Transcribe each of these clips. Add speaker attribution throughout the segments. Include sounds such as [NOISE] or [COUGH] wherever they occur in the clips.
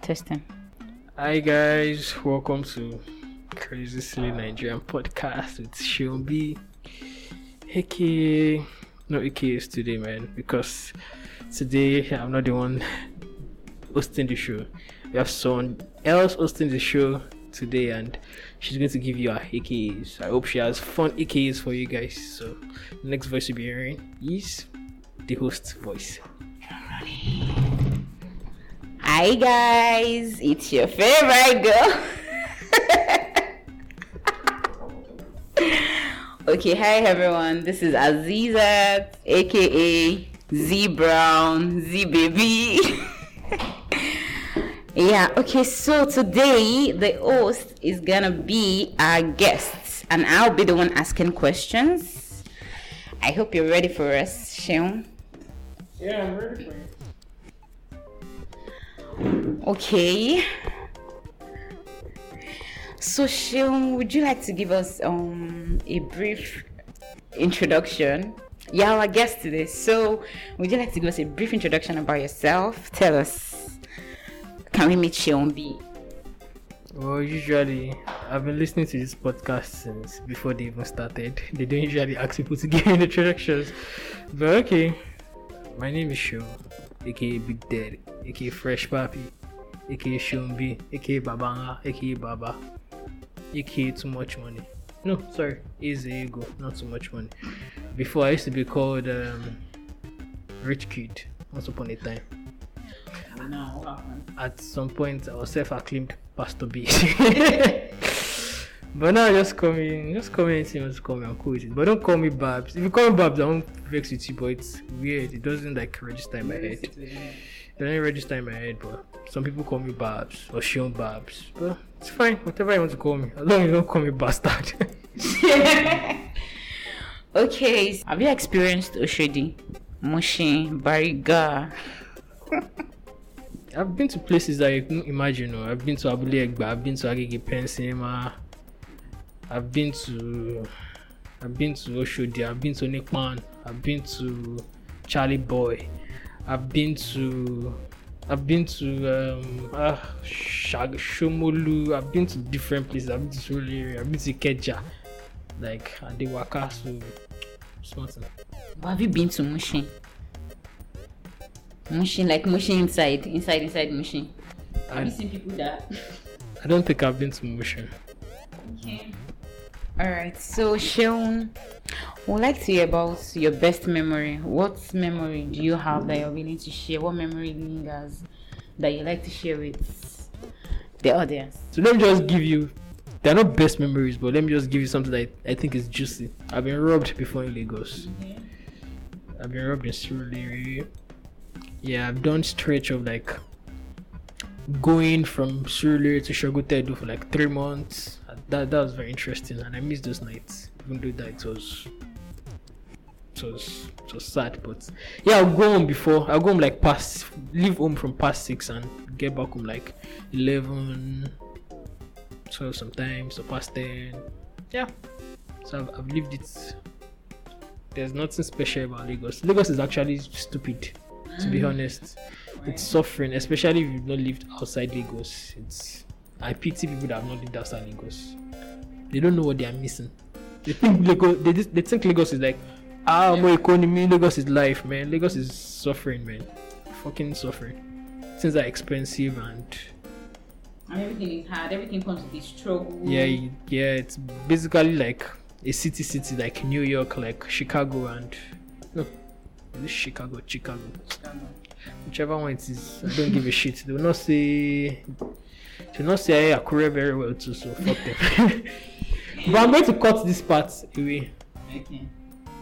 Speaker 1: Testing.
Speaker 2: Hi guys, welcome to Crazy Silly Nigerian Podcast with Sean B. Aka no aka is today man because today I'm not the one hosting the show. We have someone else hosting the show today and she's going to give you her AKs. I hope she has fun AKs for you guys. So the next voice you'll be hearing is the host voice.
Speaker 3: Hi guys, it's your favorite girl. [LAUGHS] okay, hi everyone. This is Aziza, aka Z Brown, Z Baby. [LAUGHS] yeah, okay, so today the host is gonna be our guest, and I'll be the one asking questions. I hope you're ready for us, Sean.
Speaker 2: Yeah, I'm ready for you.
Speaker 3: Okay. So, Shion, would you like to give us um, a brief introduction? Yeah, our guest today. So, would you like to give us a brief introduction about yourself? Tell us. Can we meet Shion B? [LAUGHS]
Speaker 2: Well, usually, I've been listening to this podcast since before they even started. They don't usually ask people to give [LAUGHS] introductions, but okay. My name is Show, aka Big Daddy, aka Fresh Papi, aka Shombi, aka Babanga, aka Baba, aka Too Much Money. No, sorry, Easy Ego, not Too Much Money. Before I used to be called um, Rich Kid once upon a time. At some point, I was self-acclaimed Pastor B. [LAUGHS] but now just call me, just call me anything. Just call me. I'm cool with it. But don't call me Babs. If you call me Babs, I won't vex with you. But it's weird. It doesn't like register in my head. It doesn't register in my head. But some people call me Babs or Sean Babs. But it's fine. Whatever you want to call me, as long as you don't call me bastard. [LAUGHS]
Speaker 3: okay. so Have you experienced Oshodi, Mushin, Bariga?
Speaker 2: I've been to places that you couldn't imagine. oh. I've been to Abule Egba, I've been to Agege Pen Cinema, I've been to I've been to Oshodi, I've been to Nikpan, I've been to Charlie Boy, I've been to I've been to um uh, Shag Shomolu, I've been to different places, I've been to Soleri, I've been to Keja, like Adewaka, so it's nothing.
Speaker 3: Or have you been to Mushin? Mushin, like Mushin inside, inside, inside Mushin. Have you
Speaker 2: I,
Speaker 3: seen people that?
Speaker 2: I don't think I've been to Mushin.
Speaker 3: All right, so Sean, we'd like to hear about your best memory. What memory do you have that you're willing to share? What memory lingers that you like to share with the audience?
Speaker 2: So let me just give you. They're not best memories, but let me just give you something that I, I think is juicy. I've been robbed before in Lagos. I've been robbed in Surulere. Yeah, I've done stretch of like going from Surulere to Shogutedo for like three months. That that was very interesting, and I miss those nights. Even though that it was, it was, it was sad, but yeah, I'll go home before I'll go home like past leave home from past six and get back home like eleven. 12 sometimes or past 10 yeah so I've, I've lived it there's nothing special about lagos lagos is actually stupid to be honest it's suffering especially if you've not lived outside lagos it's i pity people that have not lived outside lagos they don't know what they are missing they think lagos they, just- they think lagos is like ah more economy lagos is life man lagos is suffering man fucking suffering things are expensive and
Speaker 3: And everything is hard. Everything comes with a struggle.
Speaker 2: yeah you- yeah it's basically like a city city like new york like chicago and no is it chicago chicago whichever one it is i don't give a shit they will not say they will not say i akure very well too so fuck them [LAUGHS] but i'm going to cut this part away
Speaker 3: Okay.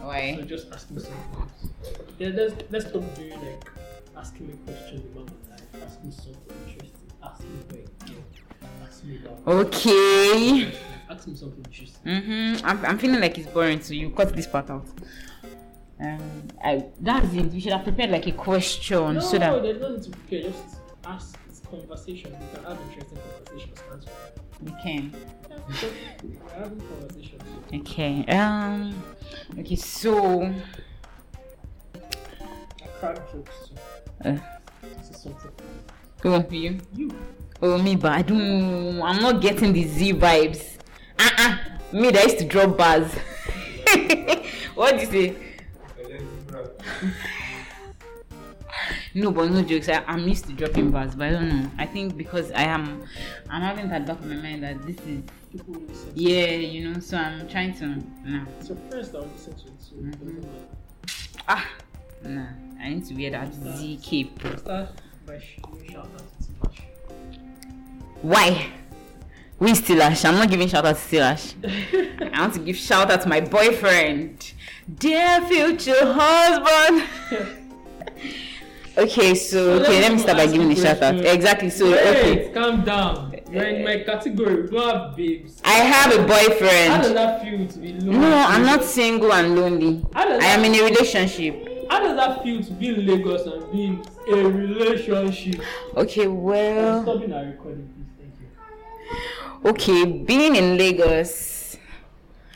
Speaker 3: Why?
Speaker 2: just ask me something yeah, let's, let's stop doing like asking me questions about life ask me something interesting ask me ask me about
Speaker 3: Okay.
Speaker 2: ask me something interesting
Speaker 3: Mm-hmm. I'm, I'm feeling like it's boring, so you cut this part out. Um, I, that's it. You should have prepared like a question so that.
Speaker 2: there's no need to prepare. Just ask this conversation. You can have interesting conversations. That's why.
Speaker 3: Okay.
Speaker 2: [LAUGHS] We're having conversations.
Speaker 3: Okay. Um. Okay. So.
Speaker 2: I crack jokes.
Speaker 3: Uh.
Speaker 2: This is something.
Speaker 3: Who wants to you?
Speaker 2: You.
Speaker 3: Oh me, but I don't. I'm not getting the Z vibes. Uh uh Me, that used to drop bars. [LAUGHS] what do you say? No, but no jokes. I, I'm used to dropping bars, but I don't know. I think because I am, I'm having that back of my mind that this is,
Speaker 2: People will listen.
Speaker 3: yeah, you know. So I'm trying to, nah,
Speaker 2: So first I'll listen to it. So it doesn't matter.
Speaker 3: ah, nah. I need to wear that Z cape.
Speaker 2: Start by sh- shout out to Timash.
Speaker 3: Why? We Stilash. I'm not giving shout out to Stilash. I want to give shout out to my boyfriend, dear future husband. [LAUGHS] okay, so okay, let me start by giving a shout out. Exactly. So okay,
Speaker 2: Wait, calm down. You're in my category. We don't have babes.
Speaker 3: I have a
Speaker 2: How does
Speaker 3: boyfriend.
Speaker 2: that feel to be lonely?
Speaker 3: No, I'm not single and lonely.
Speaker 2: How does
Speaker 3: I am
Speaker 2: that-
Speaker 3: in a relationship.
Speaker 2: How does that feel to be in Lagos and be in a relationship?
Speaker 3: Okay,
Speaker 2: I'm
Speaker 3: well,
Speaker 2: stopping our recording, please. Thank you.
Speaker 3: okay, being in Lagos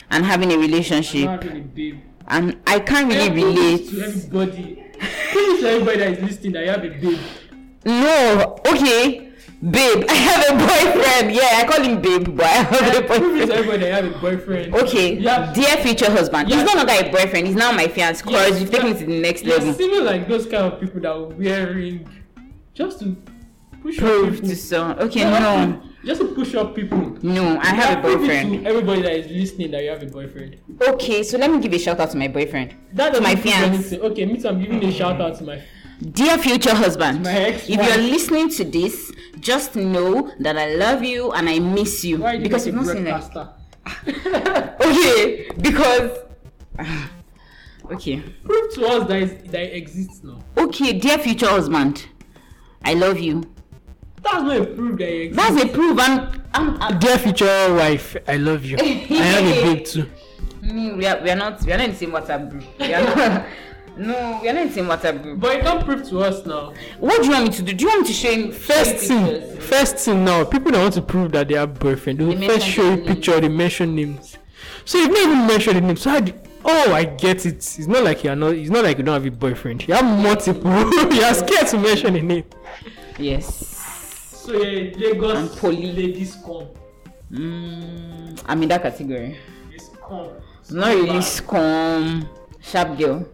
Speaker 3: and having a
Speaker 2: I'm
Speaker 3: relationship,
Speaker 2: not having a babe.
Speaker 3: and I can't really
Speaker 2: Every-
Speaker 3: relate.
Speaker 2: To everybody. Please tell everybody that is listening that you have a babe.
Speaker 3: No, okay, babe, I have a boyfriend. Yeah, I call him babe, but I have a [LAUGHS]
Speaker 2: Prove it to
Speaker 3: boyfriend. Oh,
Speaker 2: everybody that you have a boyfriend.
Speaker 3: Okay,
Speaker 2: Yeah.
Speaker 3: dear future husband, he's
Speaker 2: Yeah.
Speaker 3: no longer a boyfriend. He's now my fiance.
Speaker 2: Yeah,
Speaker 3: Cause you've taken
Speaker 2: yeah.
Speaker 3: it to the next
Speaker 2: You're
Speaker 3: level.
Speaker 2: similar like those kind of people that were wearing just to push up
Speaker 3: Prove
Speaker 2: people.
Speaker 3: to some. Okay,
Speaker 2: Yeah,
Speaker 3: no,
Speaker 2: Just to push up people.
Speaker 3: no, I have a
Speaker 2: Yeah, prove it
Speaker 3: boyfriend.
Speaker 2: To everybody that is listening that you have a boyfriend.
Speaker 3: Okay, so let me give a shout out to my boyfriend.
Speaker 2: That
Speaker 3: To my
Speaker 2: doesn't prove
Speaker 3: fiance.
Speaker 2: anything. Okay, me too. I'm giving a shout out to my.
Speaker 3: Dear future husband,
Speaker 2: My ex-wife.
Speaker 3: if you're listening to this, just know that I love you and I miss you.
Speaker 2: Why did
Speaker 3: because
Speaker 2: you
Speaker 3: you've not
Speaker 2: make a
Speaker 3: seen like
Speaker 2: broadcaster?
Speaker 3: [LAUGHS] okay, because [SIGHS] okay.
Speaker 2: Prove to us that, is, that it exists now.
Speaker 3: Okay, dear future husband, I love you.
Speaker 2: That's not a proof that it exists.
Speaker 3: That's a proof. And I'm, I'm,
Speaker 2: Dear future wife, I
Speaker 3: [LAUGHS]
Speaker 2: love you. I
Speaker 3: have a babe
Speaker 2: too.
Speaker 3: me, we are we are not we are not in the same WhatsApp group. We are not, [LAUGHS] no, we are not in the same WhatsApp group.
Speaker 2: But you can't prove to us now.
Speaker 3: What do you want me to do? Do you want me to show him
Speaker 1: First
Speaker 3: show you
Speaker 1: thing,
Speaker 3: pictures?
Speaker 1: first thing now, people that want to prove that they are boyfriend, they will
Speaker 3: They
Speaker 1: first
Speaker 3: mention
Speaker 1: show you
Speaker 3: their names.
Speaker 1: picture, they mention names. So you've not even mentioned the name. So how do, oh, I get it. It's not like you're not. It's not like you don't have a boyfriend. You have multiple. [LAUGHS] you are scared to mention a name.
Speaker 3: Yes.
Speaker 2: So yeah, Lagos
Speaker 3: And poly.
Speaker 2: ladies come.
Speaker 3: Mm, I'm in that category.
Speaker 2: Ladies come.
Speaker 3: Not really scum, sharp girl.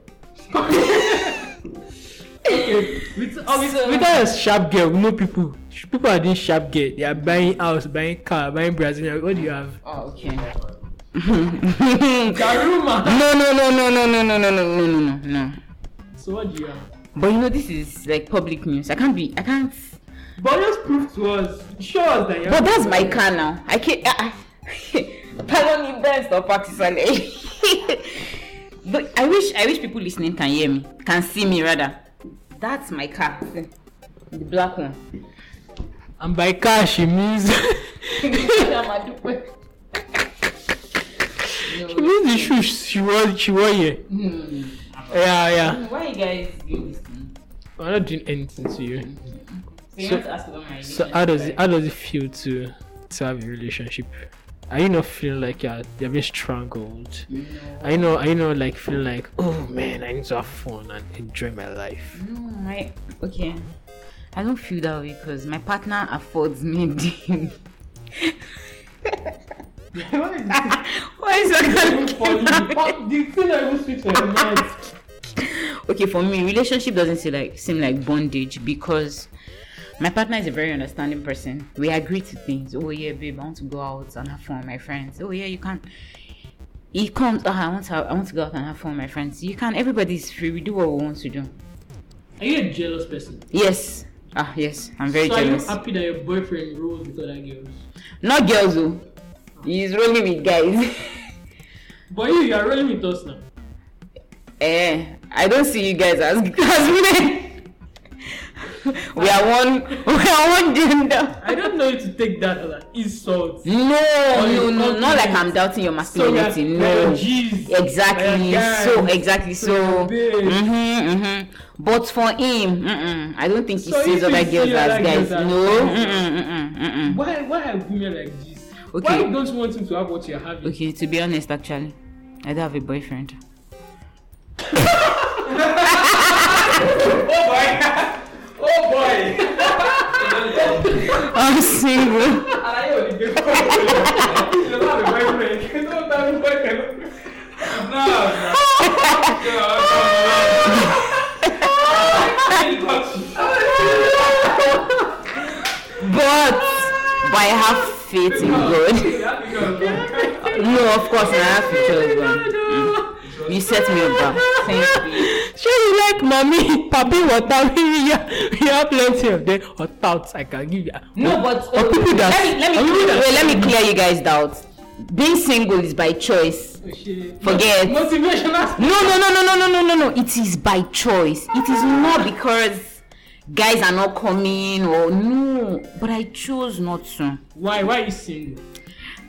Speaker 2: Okay, with, oh, with,
Speaker 1: We
Speaker 2: with,
Speaker 1: don't have sharp girl. We know people. People are doing sharp girl. They are buying house, buying car, buying Brazilian. What do you have?
Speaker 3: Oh, [LAUGHS] okay.
Speaker 2: Daruma.
Speaker 3: No, no, no, no, no, no, no, no, no, no, no, no.
Speaker 2: So what do you have?
Speaker 3: But you know, this is like public news. I can't be. I can't.
Speaker 2: But just prove to us, show us that you
Speaker 3: But
Speaker 2: have.
Speaker 3: that's my car now. I can't. I, I, [LAUGHS] pardon me, best of practically. [LAUGHS] but I wish. I wish people listening can hear me, can see me rather. That's my car, the black one. [LAUGHS]
Speaker 1: And by car she
Speaker 2: [LAUGHS]
Speaker 1: means she
Speaker 3: Hmm. no,
Speaker 1: means the shoes she wore. She wore here.
Speaker 3: hmm.
Speaker 1: Yeah, yeah.
Speaker 3: Why you guys doing this thing?
Speaker 1: I'm not doing anything to you.
Speaker 3: So you
Speaker 1: So-
Speaker 3: want to ask about my
Speaker 1: So
Speaker 3: relationship,
Speaker 1: how does it
Speaker 3: right?
Speaker 1: how does it feel to to have a relationship? Are you not feeling like you're you're being strangled?
Speaker 3: No.
Speaker 1: Are you not are you not like feeling like oh man I need to have fun and enjoy my
Speaker 2: [LAUGHS]
Speaker 1: life?
Speaker 3: No, my okay. I don't feel that way because my partner affords me the. [LAUGHS]
Speaker 2: [LAUGHS]
Speaker 3: [LAUGHS] Why is that
Speaker 2: for you.
Speaker 3: gonna
Speaker 2: Fuck, The thing I will switch for your mind.
Speaker 3: [LAUGHS] Okay, for me, relationship doesn't seem like seem like bondage because my partner is a very understanding person. We agree to things. Oh yeah, babe, I want to go out and have fun with my friends. Oh yeah, you can. He comes. Oh, I want to. Have, I want to go out and have fun with my friends. You can. Everybody's free. We do what we want to do.
Speaker 2: Are you a jealous person?
Speaker 3: Yes. Ah, yes. I'm very
Speaker 2: so
Speaker 3: jealous.
Speaker 2: are you happy that your boyfriend rolls with other girls?
Speaker 3: Not girls though. He's rolling with guys. [LAUGHS]
Speaker 2: But you, you are rolling with us now.
Speaker 3: eh, I don't see you guys as [LAUGHS] as men. [LAUGHS] we are one. [LAUGHS] We are one gender.
Speaker 2: I don't know you to take that as an insult.
Speaker 3: No, no,
Speaker 2: you
Speaker 3: no, not non, like
Speaker 2: compliment.
Speaker 3: I'm doubting your
Speaker 2: we are-
Speaker 3: masculinity.
Speaker 2: we are
Speaker 3: no.
Speaker 2: G's.
Speaker 3: Exactly.
Speaker 2: We are
Speaker 3: So
Speaker 2: guys.
Speaker 3: exactly.
Speaker 2: we are
Speaker 3: So.
Speaker 2: babes.
Speaker 3: Mhm. Mhm. But for him, mm-mm, I don't think he
Speaker 2: So
Speaker 3: sees
Speaker 2: if you
Speaker 3: other
Speaker 2: see
Speaker 3: girls
Speaker 2: other
Speaker 3: as
Speaker 2: girls
Speaker 3: guys.
Speaker 2: as
Speaker 3: No.
Speaker 2: guys.
Speaker 3: Mm-mm, mm-mm, mm-mm.
Speaker 2: Why, why are women like this?
Speaker 3: Okay.
Speaker 2: Why don't you want him to have what you're having?
Speaker 3: Okay, to be honest, actually, I don't have a boyfriend. [LAUGHS]
Speaker 2: Oh boy! Oh boy!
Speaker 3: I'm single.
Speaker 2: Àlàyé ò ní gbé fún ọ̀rẹ́. Ìjọba àbí boyfriend. Kí ló bá mi boyfriend? Náà ọ̀gá. Ṣé ọ̀gá ọ̀gá? Ṣé ìtọ́jú?
Speaker 3: But but I have faith in God.
Speaker 2: [LAUGHS]
Speaker 3: No, of course I have faith in God. You set me up. Bam. Thank you.
Speaker 1: She be like, mommy, papi, water, we have, we have plenty of them. Or thoughts I can give you.
Speaker 3: No, but uh,
Speaker 1: Or people that-
Speaker 3: let me let me,
Speaker 1: or people that-
Speaker 3: wait, let me clear you guys out. Being single is by choice. Forget.
Speaker 2: Motivational
Speaker 3: No, no, no, no, no, no, no, no, no. It is by choice. It is not because guys are not coming or no. But I chose not to.
Speaker 2: Why? Why you single?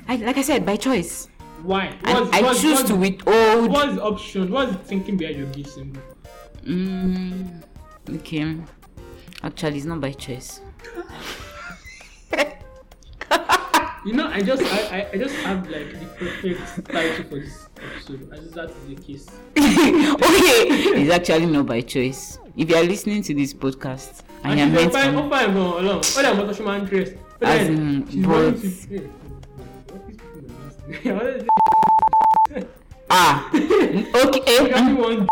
Speaker 3: I, like I said, by choice.
Speaker 2: Why?
Speaker 3: I,
Speaker 2: What's,
Speaker 3: I
Speaker 2: what's,
Speaker 3: choose
Speaker 2: what's,
Speaker 3: to withhold.
Speaker 2: What's the option? What's the thinking behind your being single?
Speaker 3: Mm, okay. Actually, it's not by choice. [LAUGHS]
Speaker 2: You know, I just, I, I, I just have like the perfect title for this episode. I just that is the case.
Speaker 3: okay, it's actually not by choice. If you are listening to this podcast and you're
Speaker 2: And
Speaker 3: meant
Speaker 2: she's fine.
Speaker 3: to,
Speaker 2: Oh, fine, go along. All that motor she man dress. But
Speaker 3: As
Speaker 2: then,
Speaker 3: in,
Speaker 2: she's running
Speaker 3: but-
Speaker 2: to- Hey, what is people are nasty. What is
Speaker 3: ah,
Speaker 2: [LAUGHS]
Speaker 3: okay, eh,
Speaker 2: this? Everyone-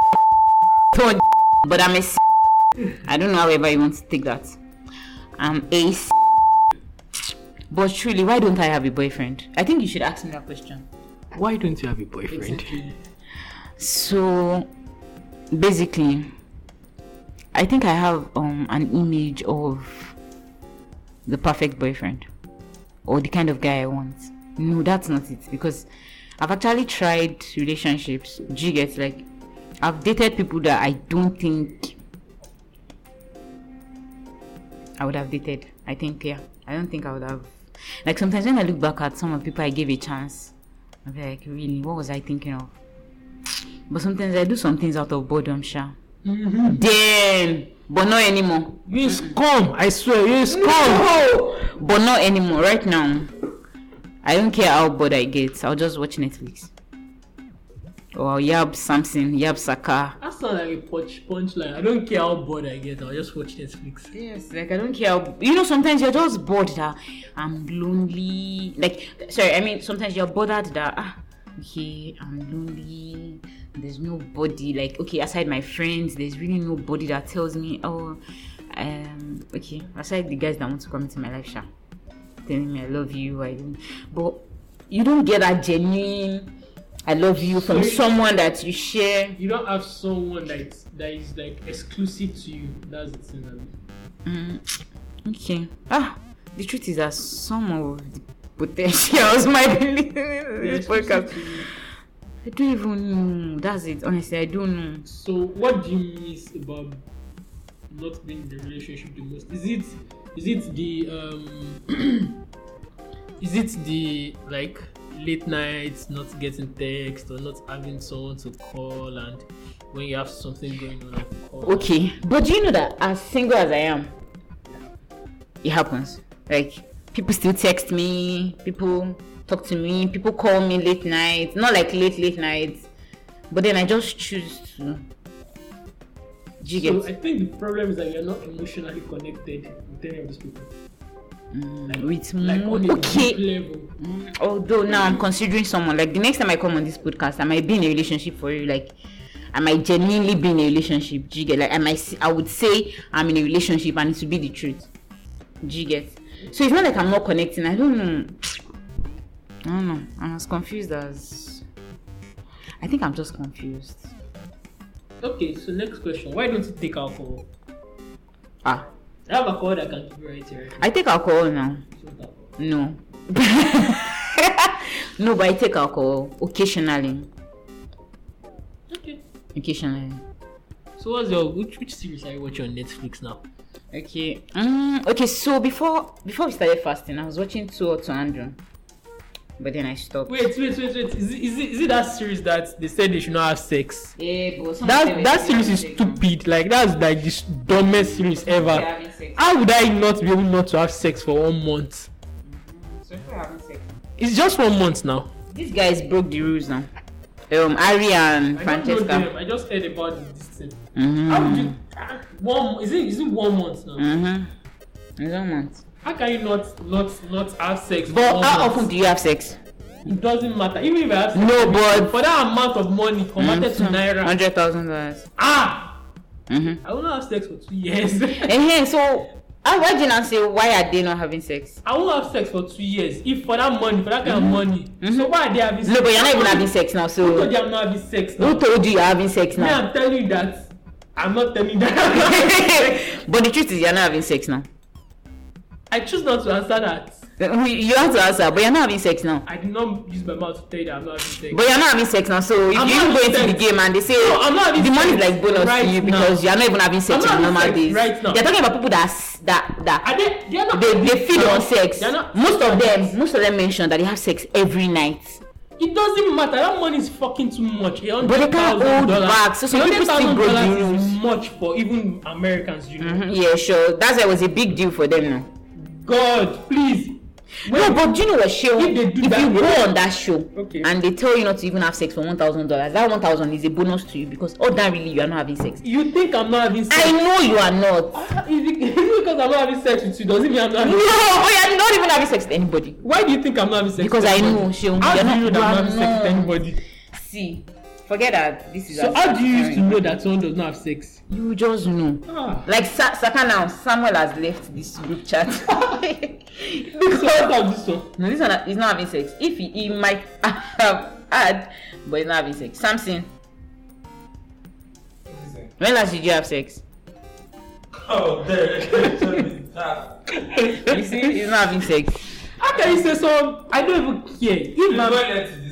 Speaker 3: torn, but I'm a s- I don't know however you want to take that. I'm a s- but truly, why don't I have a boyfriend? I think you should ask me that question.
Speaker 1: Why don't you have a boyfriend?
Speaker 3: So basically, I think I have um, an image of the perfect boyfriend or the kind of guy I want. No, that's not it because I've actually tried relationships. Do you get like I've dated people that I don't think I would have dated. I think yeah, I don't think I would have. Like sometimes when I look back at some of the people I gave a chance, I'm like, really, what was I thinking of? But sometimes I do some things out of boredom, sha. Mm-hmm. Damn. But not anymore.
Speaker 1: You scum! I swear, you
Speaker 3: [LAUGHS]
Speaker 1: scum!
Speaker 3: But not anymore. Right now, I don't care how bored I get. I'll just watch Netflix. Or I'll yab something, yab Saka.
Speaker 2: That's not like a punch punchline. I don't care how bored I get. I'll just watch Netflix.
Speaker 3: Yes, like I don't care. how- You know, sometimes you're just bored that I'm lonely. Like, sorry, I mean, sometimes you're bothered that ah, okay, I'm lonely. There's nobody. Like, okay, aside my friends, there's really nobody that tells me, oh, um, okay, aside the guys that want to come into my life, sha, telling me I love you. I don't, but you don't get that genuine. I love you from
Speaker 2: Sorry.
Speaker 3: someone that you share.
Speaker 2: You don't have someone that is, that is like exclusive to you. That's the thing. I mean.
Speaker 3: Mm, okay. Ah, the truth is that some of the potentials [LAUGHS] might be listening to
Speaker 2: They're
Speaker 3: this
Speaker 2: exclusive
Speaker 3: podcast.
Speaker 2: to you.
Speaker 3: I don't even know. That's it. Honestly, I don't know.
Speaker 2: So, what do you miss about not being in a relationship the most? Is it is it the um [CLEARS THROAT] is it the like late nights, not getting text or not having someone to call, and when you have something going on, like call?
Speaker 3: Okay, but do you know that as single as I am, it happens. Like people still text me, people talk to me, people call me late night. Not like late late night, but then I just choose to. Do you get?
Speaker 2: So I think the problem is that you're not emotionally connected with any of these people.
Speaker 3: Mm, with
Speaker 2: Like
Speaker 3: mo-
Speaker 2: on a
Speaker 3: okay.
Speaker 2: deep level.
Speaker 3: Mm, although now i'm considering someone like the next time i come on this podcast i might be in a relationship for you like i might genuinely be in a relationship do you get like i might s- i would say i'm in a relationship and it would be the truth do you get so it's not like i'm not connecting i don't know i don't know i'm as confused as i think i'm just confused
Speaker 2: Okay, so next question: Why don't you take alcohol?
Speaker 3: ah
Speaker 2: I have alcohol that can give you right here.
Speaker 3: i take alcohol now
Speaker 2: It's not alcohol.
Speaker 3: No. [LAUGHS] no, but I take alcohol occasionally.
Speaker 2: Okay.
Speaker 3: Occasionally.
Speaker 2: So what's your which, which series are you watching on Netflix now?
Speaker 3: Okay. Mm, okay. So before before we started fasting, I was watching Two or Two Andrew, but then I stopped.
Speaker 2: Wait, wait, wait, wait. Is it, is it, is it that series that they said they should not have sex?
Speaker 3: Yeah, but someone said
Speaker 1: That
Speaker 3: we
Speaker 1: that
Speaker 3: should
Speaker 1: series
Speaker 3: have
Speaker 1: is
Speaker 3: sex now.
Speaker 1: stupid. Like that's like the dumbest series
Speaker 3: We're
Speaker 1: ever.
Speaker 3: having sex.
Speaker 1: How would I not be able not to have sex for one month?
Speaker 3: So if we're having sex.
Speaker 1: It's just one month now.
Speaker 3: These guys broke the rules now. Um, Ari and
Speaker 2: I don't know
Speaker 3: Francesca.
Speaker 2: them. I just heard about this thing. How would
Speaker 3: Mm-hmm.
Speaker 2: you? ah, One is it? Is it one month now?
Speaker 3: Mm-hmm. In one month.
Speaker 2: How can you not not not have sex? for
Speaker 3: But
Speaker 2: one
Speaker 3: how
Speaker 2: month?
Speaker 3: often do you have sex?
Speaker 2: It doesn't matter. Even if I have sex,
Speaker 1: No, but
Speaker 2: for that amount of money converted to
Speaker 3: Mm-hmm.
Speaker 2: naira,
Speaker 3: Hundred thousand dollars.
Speaker 2: ah,
Speaker 3: Mm-hmm.
Speaker 2: I will not have sex for
Speaker 3: [LAUGHS]
Speaker 2: two years.
Speaker 3: And here, so I why did not say why are they not having sex?
Speaker 2: I won't have sex for two years if for that money, for that kind of money. So why are they having sex?
Speaker 3: Mm-hmm. No, but you're not even having sex now.
Speaker 2: Who told
Speaker 3: So
Speaker 2: you I'm not having sex now?
Speaker 3: who told you you're having sex
Speaker 2: Me,
Speaker 3: now?
Speaker 2: I'm telling you that. I'm not telling you that. I'm not having sex.
Speaker 3: [LAUGHS] but the truth is, you're not having sex now.
Speaker 2: [LAUGHS] I choose not to answer that.
Speaker 3: You you have to answer, but you're not having sex now.
Speaker 2: I did not use my mouth to tell you that I'm not having sex.
Speaker 3: But you're not having sex now, so if
Speaker 2: I'm
Speaker 3: you
Speaker 2: not
Speaker 3: even go
Speaker 2: having
Speaker 3: into the
Speaker 2: sex.
Speaker 3: game and they say
Speaker 2: No, I'm not having
Speaker 3: the money is
Speaker 2: sex
Speaker 3: like bonus
Speaker 2: right
Speaker 3: to you
Speaker 2: now.
Speaker 3: because you're not even having sex
Speaker 2: I'm
Speaker 3: on
Speaker 2: not having
Speaker 3: normal
Speaker 2: sex
Speaker 3: days.
Speaker 2: right now.
Speaker 3: They're talking about people that s- that
Speaker 2: Are
Speaker 3: that
Speaker 2: they? They're not.
Speaker 3: they, they feed on sex.
Speaker 2: They're not.
Speaker 3: Most of them, most of them mention that they have sex every night.
Speaker 2: It doesn't matter. That money is fucking too much.
Speaker 3: But they can't hold back, so some people still
Speaker 2: $100,000
Speaker 3: broke the
Speaker 2: is much for even Americans. You know,
Speaker 3: Mhm, Yeah, sure. That's why it was a big deal for them now.
Speaker 2: God, please.
Speaker 3: No, but do you know what show?
Speaker 2: If they do
Speaker 3: if
Speaker 2: that,
Speaker 3: you go
Speaker 2: they will.
Speaker 3: on that show
Speaker 2: Okay.
Speaker 3: and they tell you not to even have sex for one thousand dollars, that one thousand is a bonus to you because ordinarily you are not having sex.
Speaker 2: You think I'm not having sex?
Speaker 3: I know you are not.
Speaker 2: Is it, is it [LAUGHS] because I'm not having sex with you? Does it mean I'm not?
Speaker 3: No, [LAUGHS]
Speaker 2: Having,
Speaker 3: I am not even having sex with anybody.
Speaker 2: why do you think I'm not having sex?
Speaker 3: Because
Speaker 2: with
Speaker 3: I
Speaker 2: anybody?
Speaker 3: know, Seun,
Speaker 2: How
Speaker 3: you're
Speaker 2: do
Speaker 3: not-
Speaker 2: you know that
Speaker 3: you
Speaker 2: I'm
Speaker 3: are
Speaker 2: not having sex with
Speaker 3: not.
Speaker 2: anybody?
Speaker 3: See, forget that this is.
Speaker 2: So how do you used to know that someone does not have sex?
Speaker 3: You just know.
Speaker 2: Ah. [LAUGHS]
Speaker 3: Like Sa- Saka now, Samuel has left this group chat.
Speaker 2: Because of this one.
Speaker 3: no, this one is not having sex. If he, he might have had, but he's not having sex. Samson, when last did you have sex?
Speaker 4: Oh, Derek, you [LAUGHS] tell me that.
Speaker 2: [LAUGHS]
Speaker 3: You see, [LAUGHS] he's not having sex.
Speaker 2: How can you say so? I don't even care. If
Speaker 4: You
Speaker 2: I'm,
Speaker 4: went there to